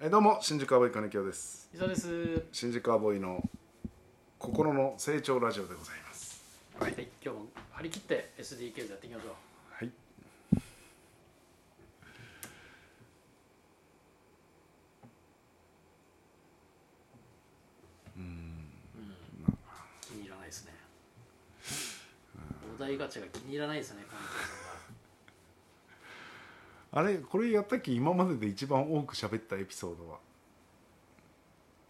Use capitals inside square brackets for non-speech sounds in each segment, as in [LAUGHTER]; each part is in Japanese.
えどうも新宿アボイ金城です伊沢です。新宿アボイの心の成長ラジオでございますはい、今日も張り切って SDK でやっていきましょう。はい気に入らないですね。お題ガチャが気に入らないですね、関あれこれやったっけ今までで一番多く喋ったエピソードは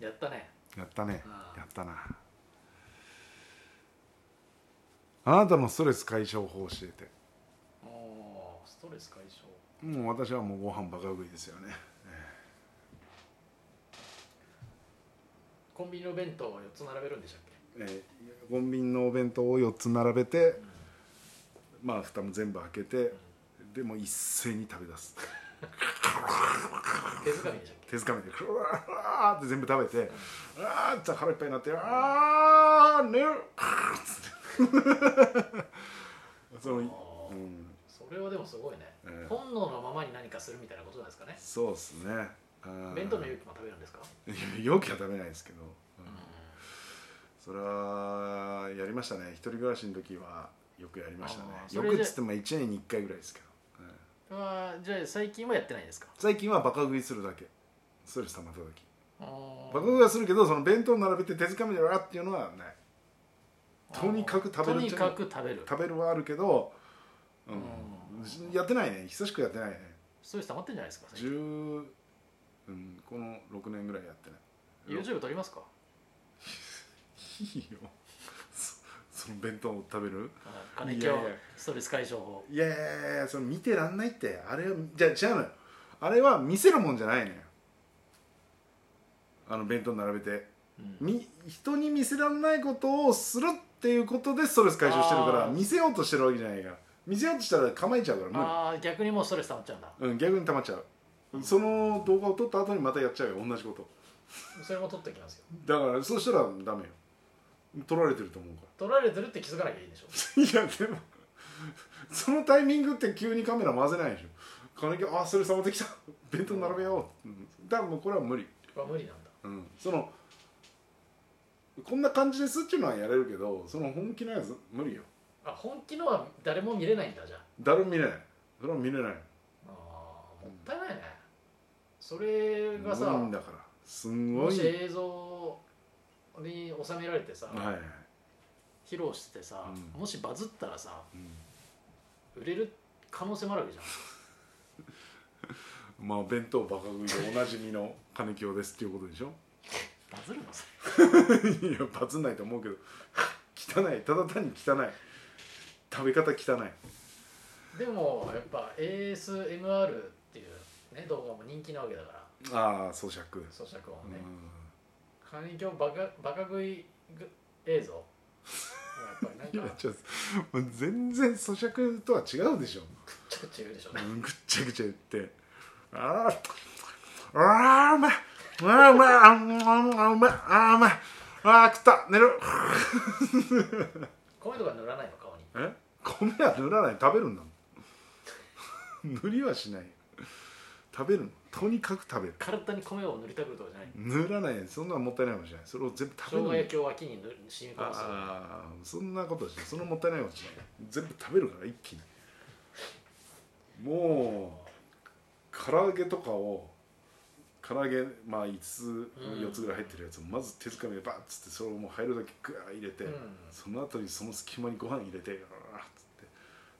係さんが。やったね。やったねあーやったなあなたのストレス解消法を教えておお、ストレス解消。もう私はもうご飯バカ食いですよねコンビニの弁当を四つ並べるんでしたっけ。えーコンビニのお弁当を4つ並べて、まあ蓋も全部開けて、でも一斉に食べ出す [LAUGHS] 手づかみでしたっ手づかみでうわーって全部食べて、うわーって腹いっぱいになってあー寝るつってそのけ。おお、うんそれはでもすごいねええ。本能のままに何かするみたいなことなんですかね。そうですねあー弁当の勇気も食べるんですか。いや容器は食べないですけど、うんそれはやりましたね一人暮らしの時はよくやりましたねあーそよれでくっつっても1年に1回ぐらいですけど、うんああ、じゃあ最近はやってないんですか。最近はバカ食いするだけストレス溜まった時おバカ食いはするけどその弁当並べて手づかみでわーっていうのはないとにかく食べるとっていにうかく食べる。食べるはあるけど、うん、やってないね久しくやってないねストレス溜まってんじゃないですか。最近10、うん、この6年ぐらいやってない YouTube 撮りますか。いいよそその弁当を食べる金い木やいやストレス解消法いやいやいやその見てらんないってあれはじゃあ違うのよあれは見せるもんじゃないのよあの弁当並べて、うんみ人に見せらんないことをするっていうことでストレス解消してるからあー見せようとしてるわけじゃないから見せようとしたら構えちゃうからああ逆にもうストレス溜まっちゃうんだ無理、うん、逆に溜まっちゃう、その動画を撮った後にまたやっちゃうよ同じことそれも取ってきますよだからそうしたらダメよ撮られてると思うか取られてるって気づかなきゃいいでしょら [LAUGHS] いやでもそのタイミングって急にカメラ回せないでしょ金木あそれ触ってきた弁当並べよう、うん、だからもうこれは無理これは無理なんだうんそのこんな感じですっていうのはやれるけどその本気のやつ無理よあ本気のは誰も見れないんだじゃあ誰も見れないそれは見れないあーもったいないねそれが無理さんだからすんごもいし映像に収められてさ、はいはい、披露してさ、うんもしバズったらさうん売れる可能性もあるわけじゃんまあ弁当バカ食いでおなじみの金清ですっていうことでしょ [LAUGHS] バズるのさいやバズんないと思うけど [LAUGHS] 汚いただ単に汚い食べ方汚いでもやっぱ ASMR っていうね動画も人気なわけだからああ咀嚼咀嚼う音んね、カニキョバカバカ食い映像やっぱいりなんやか [LAUGHS] ちょっともう全然咀嚼とは違うでしょちょっと違うでしょうんぐっちゃぐちゃ言ってあーあーうまいうわーうまいあーうまいあーうまいあー食った寝る米とか塗らないの顔にえ米は塗らない食べるんだもん [LAUGHS] 塗りはしないよ食べるのとにかく食べる体に米を塗りたくるとかじゃない塗らないそんなのもったいないかもしれないそれを全部食べ生る姜の焼きを脇に塗り染み込ますああそんなことはしないそんなもったいないことしない全部食べるから一気にもう唐揚げとかを唐揚げまあ5つうん4つぐらい入ってるやつをまず手づかみでバッつってそれをもう入るだけグワー入れて、うんその後にその隙間にご飯入れてガーッつって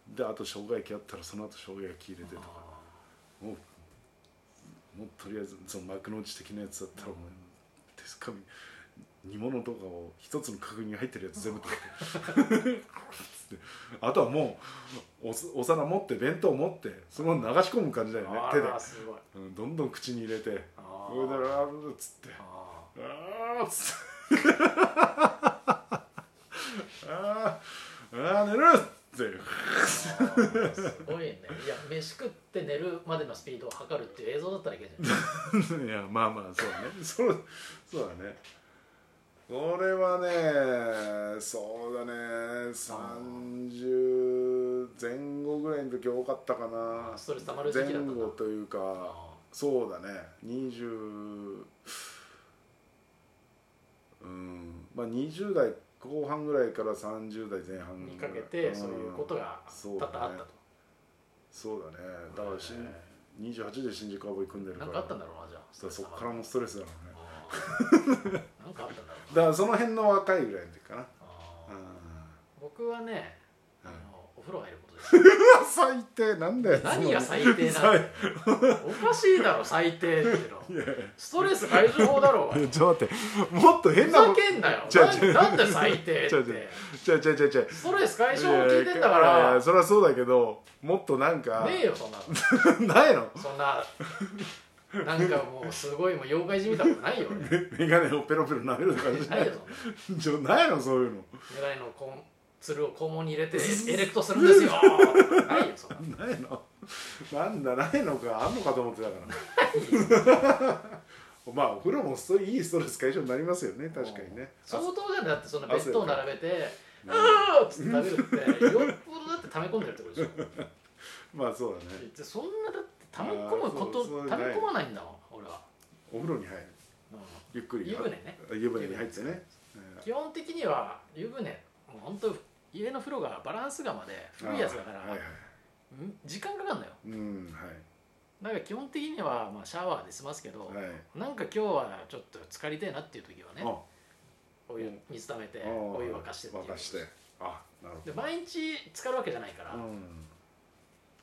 であと生姜焼きあったらその後生姜焼き入れてとかあもうもうとりあえずその幕の内的なやつだったらもう手づかみ煮物とかを一つの角に入ってるやつ全部取 [LAUGHS] ってあとはもうおすお皿持って弁当持ってそのまま流し込む感じだよねー手であー、すごいうん、どんどん口に入れてあ「うだーらーっつってあ「あーっつって「あーあー寝る!」ってーすごいねいや飯食って寝るまでのスピードを測るっていう映像だったらいけないじゃんいやまあまあそう [LAUGHS] だねそのそうだねこれはねそうだね30前後ぐらいの時多かったかなあーストレス溜まる時前期だったんだ後というかあそうだね20うんまあ20代後半ぐらいから30代前半にかけてんそういうことが多そう々だあねったとそうだねだからしへん28で新宿アボイ組んでるかなんらかあったんだろうなじゃあそしたらそっからもストレスだろうねあーなんかあったんだろうだからその辺の若いぐらいの時かなあうーん僕はねあうんのお風呂入ることですうわ最低なんだよ何が最低なの [LAUGHS] 最おかしいだろ最低っていうのいやいやストレス解消法だろおいいやちょっと待ってもっとふ変なざことけんなよ違う違うななんで最低っ違う違て違う違う違う違うストレス解消法聞いてんだかいやいやらそれはそうだけどもっとなんかねえよそんなの [LAUGHS] ないのそんななんかもうすごいもう妖怪じみたことないよ俺メガネをペロペロ舐めるとかじゃなないいよそんなちょないのそういうのメガネのこんつるを肛門に入れてエレクトするんですよないよそんなないのなんだないのかあんのかと思ってたから [LAUGHS] まあお風呂もストいいストレス解消になりますよね確かにね相当じゃんだってそんなベッドを並べて「ああーっつって食べるってよっぽどだって溜め込んでるってことでし [LAUGHS] ょまあそうだねでそんなだって溜め込あむことーそうそう溜め込まないんだもん俺は、お風呂に入るうんゆっくり湯船ね湯船に入ってね基本的には湯船もう本当家の風呂がバランス釜で古いやつだから、あーはいはいん時間かかるのようんなんか基本的にはまあシャワーで済ますけど、はいはいなんか今日はちょっと浸かりたいなっていう時はねあお湯水溜めてあーお湯沸かしてっていう沸かしてあなるで毎日浸かるわけじゃないから、ほどうん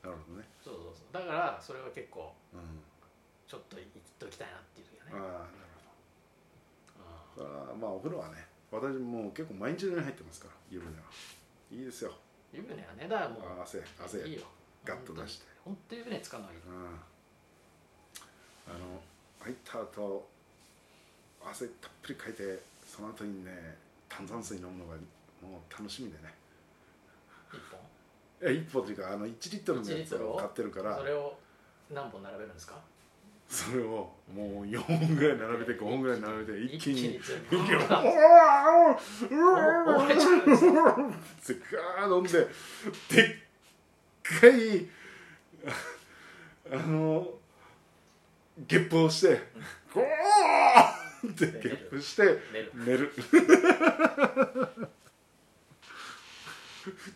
なるほどねそうそうそうだからそれは結構うんちょっと行っておきたいなっていう時はね、ああうそれはまあお風呂はね私もう結構毎日のように入ってますから湯船はいいですよん湯船はねだからもあー汗汗ういいよガッと出して本当に湯船使うのはいいうんあの入った後汗たっぷりかいてその後にね炭酸水飲むのがもう楽しみでね一本え一本というかあの1リットルのやつ1リットルをを買ってるからそれを何本並べるんですかそれをもう4本ぐらい並べて5本ぐらい並べて一気に一全息部を「うわあーうわー折れちゃうんですよってガー飲んででっかいあのゲップをして「ゴー!」ってゲップして寝る寝る [LAUGHS]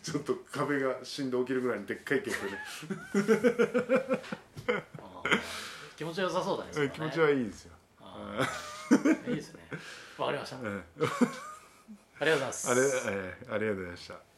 ちょっと壁が死んで起きるぐらいにでっかいゲップで、あー気持ちよさそうだねそれね [LAUGHS] 気持ちはいいですよあーいいですねわかりましたありがとうございますあれ、えーありがとうございました